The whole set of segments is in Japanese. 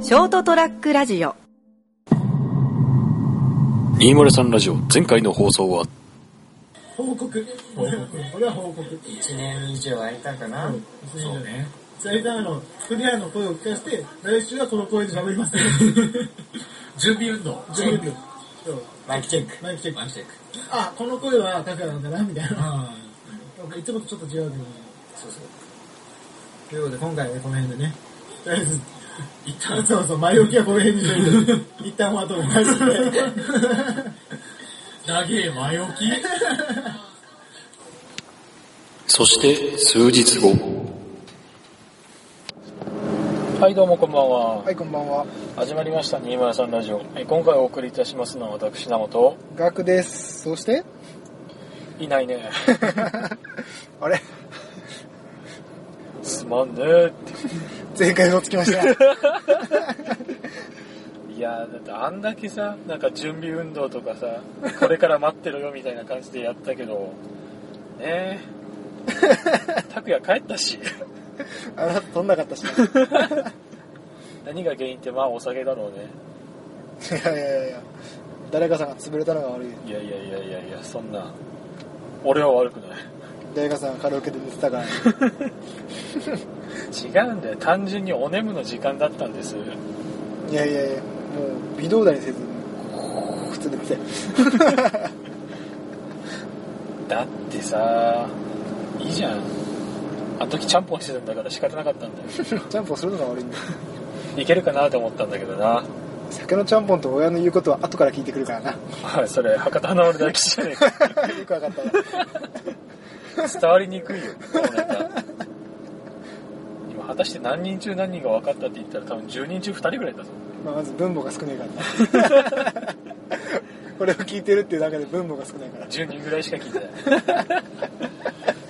ショートトラックラジオ203ラジオ前回の放送は報告報告これは報告1年以上空いたかな、そうねじゃあ一旦あのクリアの声を聞かせて来週はこの声で喋ります準備運動準備運動そうマイクチェック。マイクチェックイクチェック。あこの声は高なんだなみたいななんかいつもとちょっと違うけどそうそう。ということで今回はねこの辺でねとりあえず一旦そうそう前置きはこの辺にしといて一旦は後で返して長え前置きそして数日後はいどうもこんばんは、はい、こんばんは。始まりました203ラジオえー今回お送りいたしますのは私名本ガクです。そして、いないね あれすまんねーっ前回嘘つき ました。ていやーだってあんだけさなんか準備運動とかさこれから待ってろよみたいな感じでやったけどねえ拓也帰ったしあなた飛んなかったし。い何が原因ってまあお酒だろうねやいやいや、誰かさんが潰れたのが悪い。いやいやいやいやいやそんな俺は悪くない誰かさんがカラオケで寝てたから、違うんだよ単純にお眠の時間だったんですいやいやいや、もう微動だにせず、普通に寝てたよ。だってさいいじゃんあの時ちゃんぽんしてたんだから仕方なかったんだよちゃんぽんするのが悪いんだよ。いけるかなと思ったんだけどな酒のちゃんぽんと親の言うことは後から聞いてくるからな。 よおいそれ博多の俺だけじゃねえかくわかったわ。伝わりにくいよこのネタ今果たして何人中何人が分かったって言ったら多分10人中2人ぐらいだぞまあ、まず分母が少ないからな。 これを聞いてるっていうだけで分母が少ないから。 10人ぐらいしか聞いてない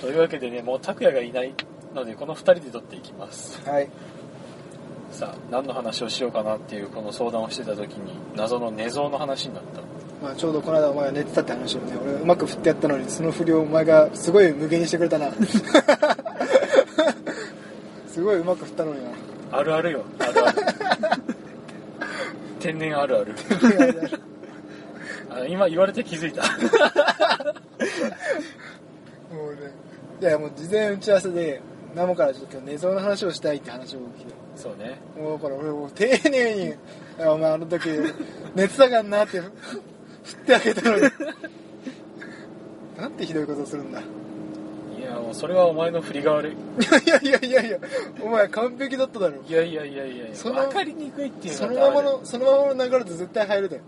というわけでねもう拓也がいないのでこの2人で撮っていきますはい。さあ何の話をしようかなっていうこの相談をしてた時に謎の寝相の話になったまあ、ちょうどこの間お前が寝てたって話をね俺うまく振ってやったのにその振りをお前がすごい無限にしてくれ たなすごいうまく振ったのになあるあるよ。あるある。天然あるある。あ今言われて気づ いた。もうねいやもう事前打ち合わせでナモからちょっと今日寝相の話をしたいって話を聞いそうね。てもうだから俺もう丁寧にいや「お前あの時寝てたかんな」って振ってあげたのになんてひどいことをするんだいや、もうそれはお前の振りが悪い。いやいやいやいやお前完璧だっただろいやいやいやいやいや、その分かりにくいっていうそののはまダまメだよのそのままの流れで絶対入るだよ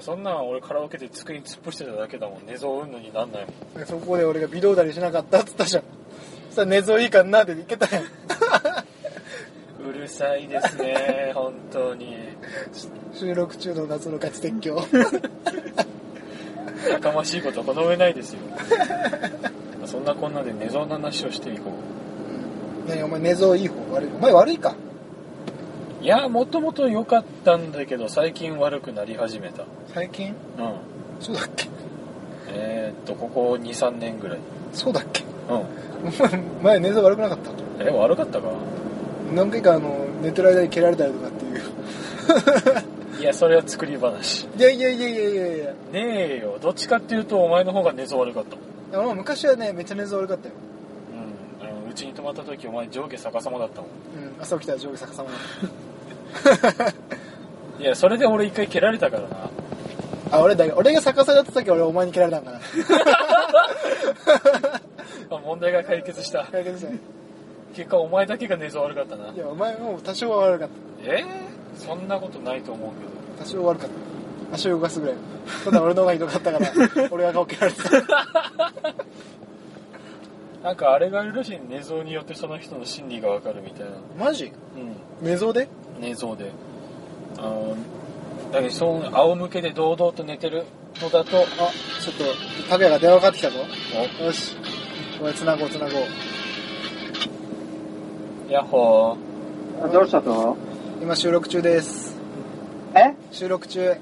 そんなん俺カラオケで机に突っ伏してただけだもん。寝相うんぬになん ないもん。そこで俺が微動だにしなかったっつったじゃん。そしたら寝相いいかなって言ってたやん。うるさいですね、本当に。収録中の夏のガチ鉄橋。やかましいことはこの上ないですよ。 そんなこんなで寝相の話をしていこ何お前寝相いい方悪いお前悪いか。う。いや、もともと良かったんだけど、最近悪くなり始めた。最近うん。そうだっけえーっとここ23年ぐらいそうだっけうんお前、前寝相悪くなかったえ悪かったか何回かあの、寝てる間に蹴られたりとかっていう。いやそれは作り話いやいやいやいやいやいや。ねえよどっちかっていうとお前の方が寝相悪かったあの昔はね、めっちゃ寝相悪かったよ。うんあのうちに泊まった時お前上下逆さまだったもうん、朝起きたら上下逆さまだんいやそれで俺一回蹴られたからなあ、俺だけ、俺が逆さだった時俺お前に蹴られたんかな。 あ問題が解決した解決したね結果お前だけが寝相悪かったないや、お前も多少は悪かった。えーそんなことないと思うけど多少悪かった足を動かすぐらいただ俺の方がひどかったから 俺が顔蹴られてたなんかあれがあるらしいね寝相によってその人の心理がわかるみたいなマジうん寝相で寝相であのだけどそう仰向けで堂々と寝てるのだとあちょっと拓哉が電話かかってきたぞおよしお前つなごうつなごうヤッホーどうしたと今収録中ですえ収録中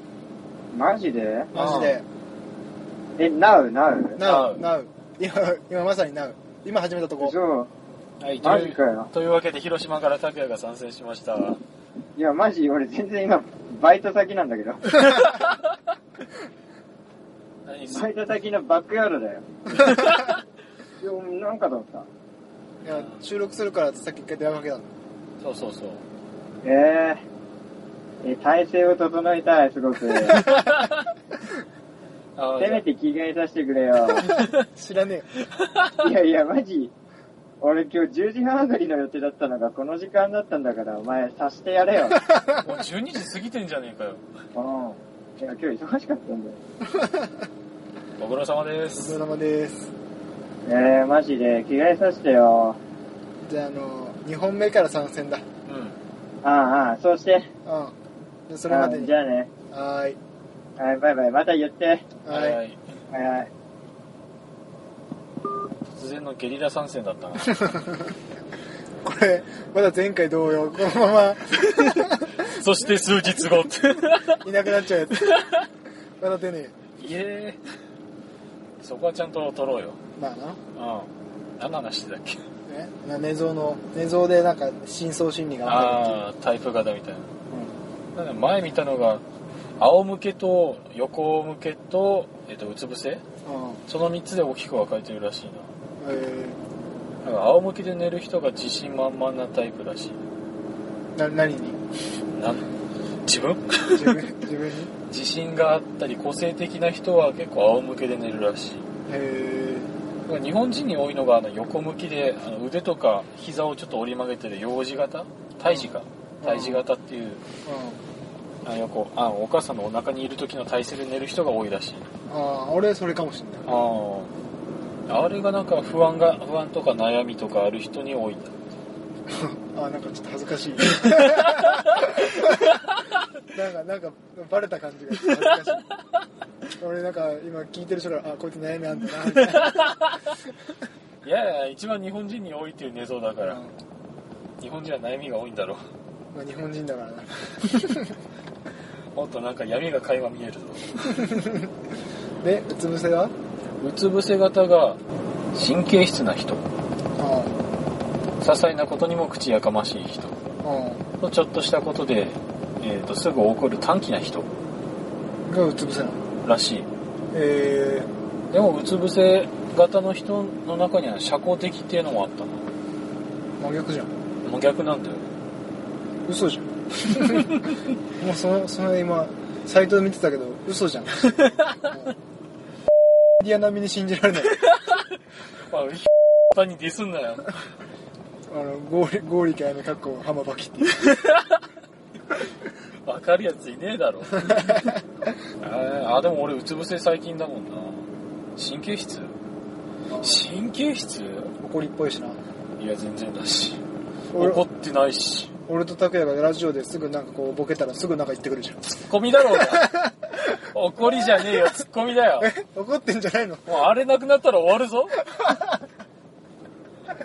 マジでマジでえ、なうなう Now Now 今今まさに Now 今始めたとこそう。はい、とマいジうかよというわけで広島から拓也が参戦しましたイいや、マジ、俺全然今、バイト先なんだ けど。何バイト先のバックヤードだ よ。いや、なんかだった。いや、収録するからってさっき一回電話かけたの。そうそうそう。えー、え、体勢を整えたい、すご く。せあーめて着替えさせてくれよ。知らねえよ。いやいや、マジ。俺今日10時半あたりの予定だったのがこの時間だったんだから、お前察してやれ よ。もう12時過ぎてんじゃねえかよ。うん。いや、今日忙しかったんだよ。ご苦労様でおす疲。れ様です。えー、マジで、着替えさせてよ。じゃあ、あの、2本目から参戦だ。うん。ああ、ああ、そうして。うん。でそれまでうんにじ。ゃあね。はーい。はい、バイバイ。また言って。はい。い。はいはい。突然のゲリラ参戦だったな。 これ、まだ前回同様、このまそして数日後。まいなくなっちゃうやつ。まだ出ねえよ。いえそこはちゃんと取ろうよ。まあうな。ん。何の話してたっけね、な寝相の、寝相でなんか、真相心理が分かるああ、タイプ型みたいな。なんか前見たのが、仰向けと横向けと、えっと、うつ伏せっていう。うん。その3つで大きく分かれてるらしいな。えなんか仰向けで寝る人が自信満々なタイプらしい。ー、な、何になん自分 自分、 自分に自信があったり個性的な人は結構仰向けで寝るらしい。え日本人に多いのがあの横向きであの腕とか膝をちょっと折り曲げてる幼児型胎児か胎児型っていうー、うん。あの横あのお母さんのお腹にいる時の体勢で寝る人が多いらしいああ、俺それかもしんない。あああれがなんか不安が不安とか悩みとかある人に多いんだあーなんかちょっと恥ずかしい。なんか、なんか、バレた感じがして恥ずかしい。俺なんか、今聞いてる人から、あ、こいつ悩みあんだな、みたいいやいや一番日本人に多いっていう寝相だかな。ら、日本人は悩みが多いんだろまあ、日本人だから な。うもっとなんか闇が垣間見えるぞで、うつ伏せはうつ伏せ型が神経質な人あ些細なことにも口やかましい人あ、ちょっとしたことで、えー、とすぐ起こる短気な人うん。がうつ伏せなの。らしいえでもうつ伏せ型の人の中には社交的っていうのもあったなー、真逆じゃん。もう逆なんだよ 嘘じゃん。もうその、その今、サイトで見てたけど、嘘じゃん。もうディア並みに信じられない。ま あ単にディスんなよあの、ゴーリ、ゴーリキャイの格好、浜バキっていう。分かるやついねえ だろあーあでも俺うつ伏せ最近だもんな神経質神経質怒りっぽいしな。いや全然だし俺怒ってないし俺と拓也がラジオですぐなんかこうボケたらすぐなんか言ってく るじゃん。ツッコミだろうが怒りじゃねえよツッコミだよえ怒ってんじゃないのもうあれなくなったら終わる ぞ。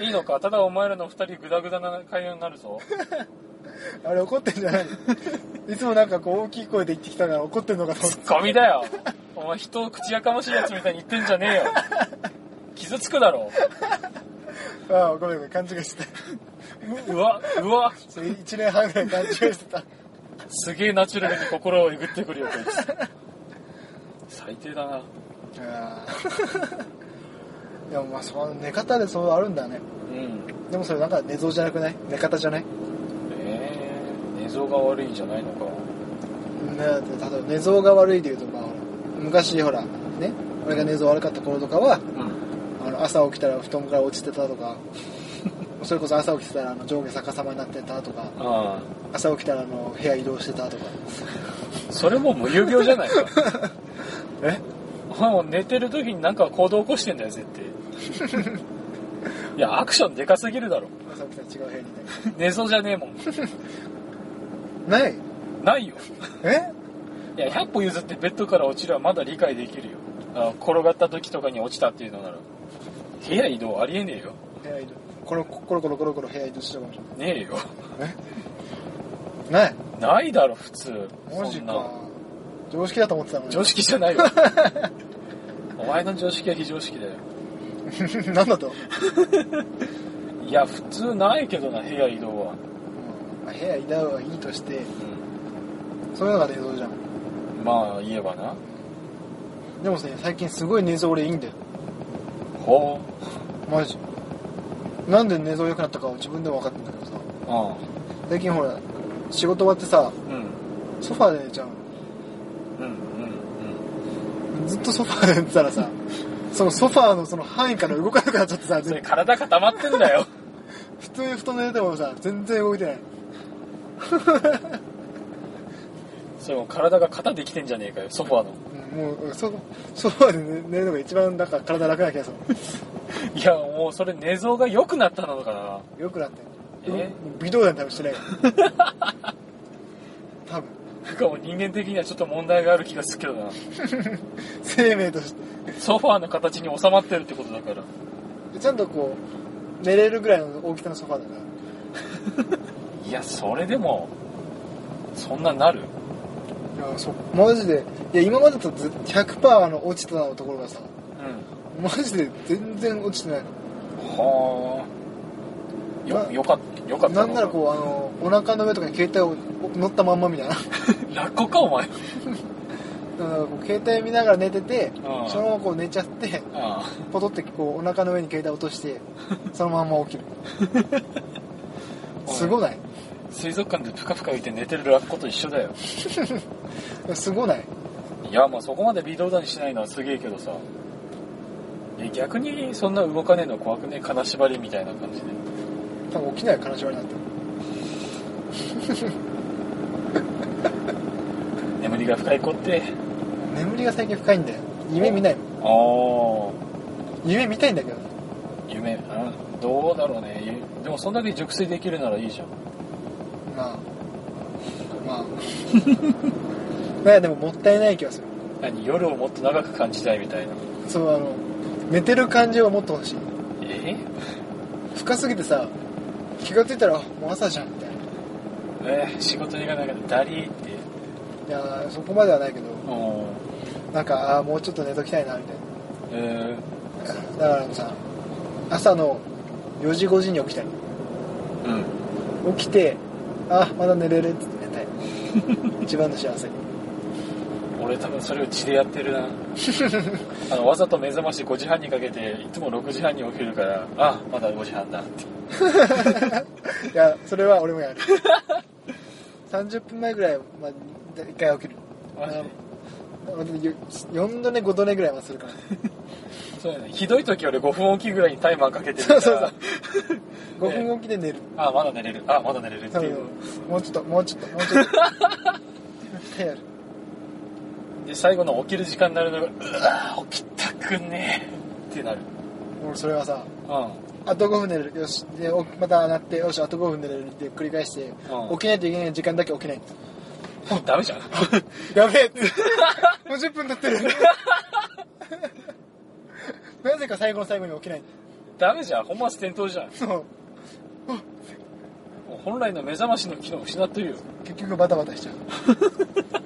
いいのかただお前らの二人グダグダな会話になるぞ。あれ怒ってんじゃないのいつもなんかこう大きい声で言ってきたから怒ってんのかと思っツッコミだよ。お前人を口やかましいやつみたいに言ってんじゃねえよ。傷つくだろ。て。ああ、ごめんごめん、勘違いしてた。ううわ、うわ。それ1年半ぐらい勘違いしてた。すげえナチュラルに心をえぐってくるよ、こいつ。最低だな。 ああでもまあその寝方でそうあるんだね。うん。でもそれなんか寝相じゃなくない寝方じゃないねえー、寝相が悪いんじゃないのか。だって例えば寝相が悪いで言うと、まあほら昔ほら、ね、俺が寝相悪かった頃とかは、うん。あの朝起きたら布団から落ちてたとか それこそ朝起きてたらあの上下逆さまになってたとかあ朝起きたらあの部屋移動してたとかあ。それも無遊病じゃないか。えお前もう寝てる時になんか行動起こしてんだよ、絶対。 いや、アクションでかすぎるだろ。朝起きたら違う部屋にい寝そうじゃねえもん。たないないよ。えいや、100歩譲ってベッドから落ちるはまだ理解できるよ。あの転がった時とかに落ちたっていうのなら。部屋移動ありえねえよ。部屋移動コロコロコロコロコロ部屋移動してたかもしねえよ。 れないないないだろ、普通。マジそんなか常識だと思ってたのに常識じゃないよ。 お前の常識は非常識だよ。 なんだと、いや、普通ないけどな、部屋移動は。うんまあ、部屋いた方がいいとしてそういうのが寝相じゃんまあ言えばなでもね最近すごい寝相俺いいんだよほマジなんで寝相良くなったかは自分でも分かってんだけどさうあ最近ほら仕事終わってさあうんソファーで寝ちゃううんうんのずっとソファーで寝てたらさ そのソファーのその範囲から動かなくなっちゃってさうんそれ体固まってんだよ 普通に布団で寝てもさ全然動いてないそれもう体が肩できてんじゃねえかよソファーのうんもうそソファーで寝寝るのが一番なんか体楽な気がす るいやもうそれ寝相が良くなったのかなよくなってえ微動だに多分してないから 多分なんかもう人間的にはちょっと問題がある気がするけどな生命としてソファーの形に収まってるってことだからちゃんとこう寝れるぐらいの大きさのソファーだからいやそれでもそんななるいやそうマジでいや今までとず100%あの落ちてたのところがさ うんマジで全然落ちてないはあよなよかったよかったなのんならこうあのお腹の上とかに携帯を乗ったまんまみたいな ラッコかお前なんかこう携帯見ながら寝ててああそのままこう寝ちゃってああポトってこうお腹の上に携帯落としてそのまんま起きるすごない水族館でプカプカ浮いて寝てるラッコと一緒だよすごないいやまあそこまで微動だにしないのはすげえけどさえ逆にそんな動かねえの怖くねえ金縛りみたいな感じで多分起きない悲しみになって眠りが深い子って眠りが最近深いんだよ夢見ないもんああ夢見たいんだけど夢あどうだろうねゆでもそんだけ熟睡できるならいいじゃんまあまあ なんかでももったいない気がする何夜をもっと長く感じたいみたいなそうあの寝てる感じはもっと欲しいえ深すぎてさ気がついたらあもう朝じゃんみたいなえいー仕事に行かなきゃダリーってやーそこまではないけどうんなんかあーもうちょっと寝ときたいなみたいえなだからさ朝の4時5時に起きたりー、うん起きてあまだ寝れるっつって寝たい一番の幸せ俺多分それうちでやってるなあのわざと目覚まし5時半にかけていつも6時半に起きるからあまだ5時半だっていやそれは俺もやる30分前ぐらいまあ一回起きるマジで4度寝5度寝ぐらいはするからそうやねひどい時俺5分おきぐらいにタイマーかけてるかそうらそうそう5分起きで寝るあまだ寝れるあまだ寝れるって多い分うもうちょっともうちょっともうちょっと絶対やるで最後の起きる時間になるのがうわ起きたくねえってなる俺それはさうあと5分寝れるよしでおまた鳴ってよしあと5分寝れるって繰り返して、ん起きないといけない時間だけ起きないん ダメじゃんやべえもう10分経ってるなぜか最後の最後に起きないダメじゃん本末転倒じゃんそうもう本来の目覚ましの機能を失ってるよ結局バタバタしちゃ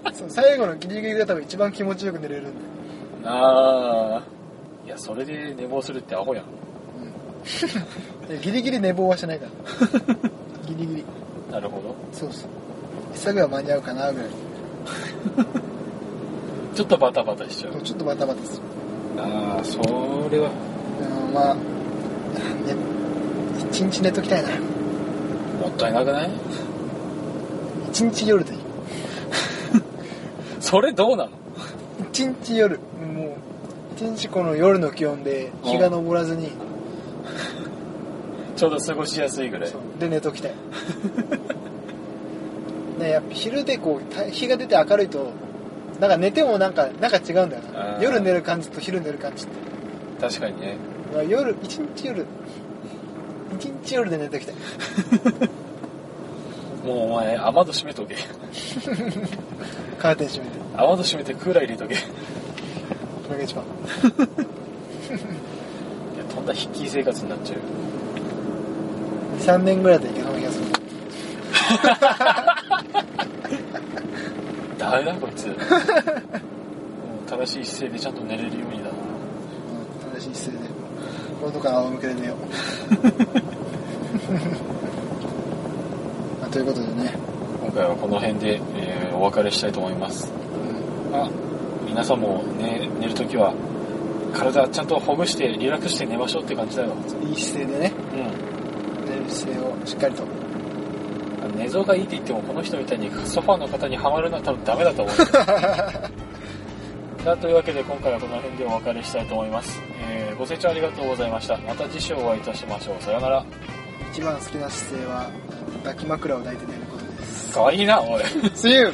うそう最後のギリギリが多分一番気持ちよく寝れるんだよああいやそれで寝坊するってアホやんでギリギリ寝坊はしないから ギリギリなるほどそうそう一作は間に合うかなぐらいちょっとバタバタしちゃうちょっとバタバタするああそれはでもまあね一日寝ときたいなもったいなくない一日夜でいいそれどうなの一日夜もう一日この夜の気温で日が昇らずにちょうど過ごしやすいぐらいそうで寝ときたいねやっぱ昼でこうた日が出て明るいとなんか寝てもなんかなんか違うんだよあなー夜寝る感じと昼寝る感じって確かにねだから夜一日夜一日夜で寝ときたいもうお前雨戸閉めと けカーテン閉めて雨戸閉めてクーラー入れとけそれが一番いやとんだ筆記生活になっちゃうよ23年ぐらいでいけそうな気がするダメだこい つもう正しい姿勢でちゃんと寝れるようにだなうん正しい姿勢で今度から仰向けで寝ようまあということでね、今回はこの辺で、えーお別れしたいと思いますうんあ皆さんも、ね、寝るときは体ちゃんとほぐしてリラックスして寝ましょうって感じだよ、いい姿勢でねう寝る姿勢をしっかりとん、寝相がいいって言ってもこの人みたいにソファーの方にはまるのは多分ダメだと思うさあというわけで今回はこの辺でお別れしたいと思います、えーご清聴ありがとうございましたまた次週お会いいたしましょうさよなら一番好きな姿勢は抱き枕を抱いて寝ることですかわいいなおい See you!